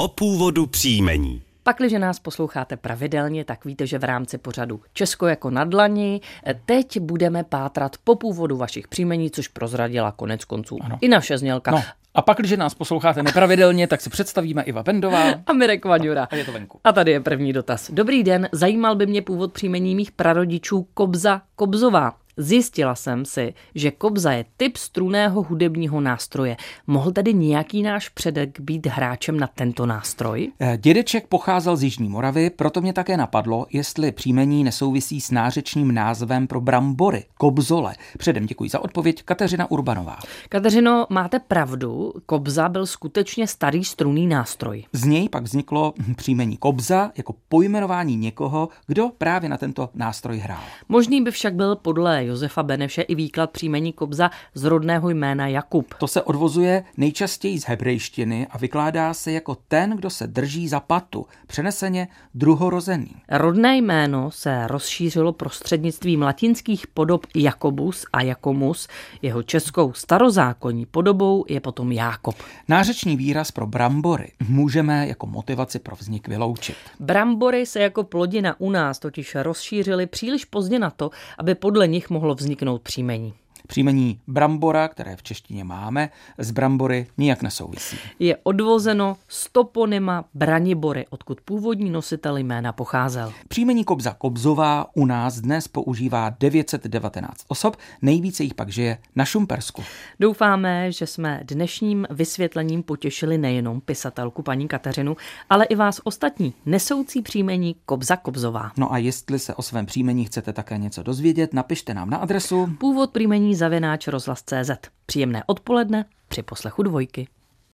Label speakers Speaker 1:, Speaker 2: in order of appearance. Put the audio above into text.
Speaker 1: o původu příjmení.
Speaker 2: Pakliže nás posloucháte pravidelně, tak víte, že v rámci pořadu Česko jako na dlani eh, teď budeme pátrat po původu vašich příjmení, což prozradila konec konců ano. i naše znělka.
Speaker 3: No. A pak, když nás posloucháte nepravidelně, tak si představíme Iva Bendová.
Speaker 2: A Mirek Vaňura.
Speaker 3: No, A je to venku.
Speaker 2: A tady je první dotaz. Dobrý den, zajímal by mě původ příjmení mých prarodičů Kobza Kobzová. Zjistila jsem si, že kobza je typ struného hudebního nástroje. Mohl tedy nějaký náš předek být hráčem na tento nástroj?
Speaker 3: Eh, Dědeček pocházel z Jižní Moravy, proto mě také napadlo, jestli příjmení nesouvisí s nářečným názvem pro brambory, kobzole. Předem děkuji za odpověď, Kateřina Urbanová.
Speaker 2: Kateřino, máte pravdu, kobza byl skutečně starý struný nástroj.
Speaker 3: Z něj pak vzniklo hm, příjmení kobza jako pojmenování někoho, kdo právě na tento nástroj hrál.
Speaker 2: Možný by však byl podle Josefa Beneše i výklad příjmení Kobza z rodného jména Jakub.
Speaker 3: To se odvozuje nejčastěji z hebrejštiny a vykládá se jako ten, kdo se drží za patu, přeneseně druhorozený.
Speaker 2: Rodné jméno se rozšířilo prostřednictvím latinských podob Jakobus a Jakomus. Jeho českou starozákonní podobou je potom Jákob.
Speaker 3: Nářečný výraz pro brambory můžeme jako motivaci pro vznik vyloučit.
Speaker 2: Brambory se jako plodina u nás totiž rozšířily příliš pozdě na to, aby podle nich mohlo vzniknout příjmení.
Speaker 3: Příjmení brambora, které v češtině máme, z brambory nijak nesouvisí.
Speaker 2: Je odvozeno z toponyma branibory, odkud původní nositel jména pocházel.
Speaker 3: Příjmení Kobza Kobzová u nás dnes používá 919 osob, nejvíce jich pak žije na Šumpersku.
Speaker 2: Doufáme, že jsme dnešním vysvětlením potěšili nejenom pisatelku paní Kateřinu, ale i vás ostatní nesoucí příjmení Kobza Kobzová.
Speaker 3: No a jestli se o svém příjmení chcete také něco dozvědět, napište nám na adresu
Speaker 2: původ příjmení zavináč rozhlas.cz. Příjemné odpoledne při poslechu dvojky.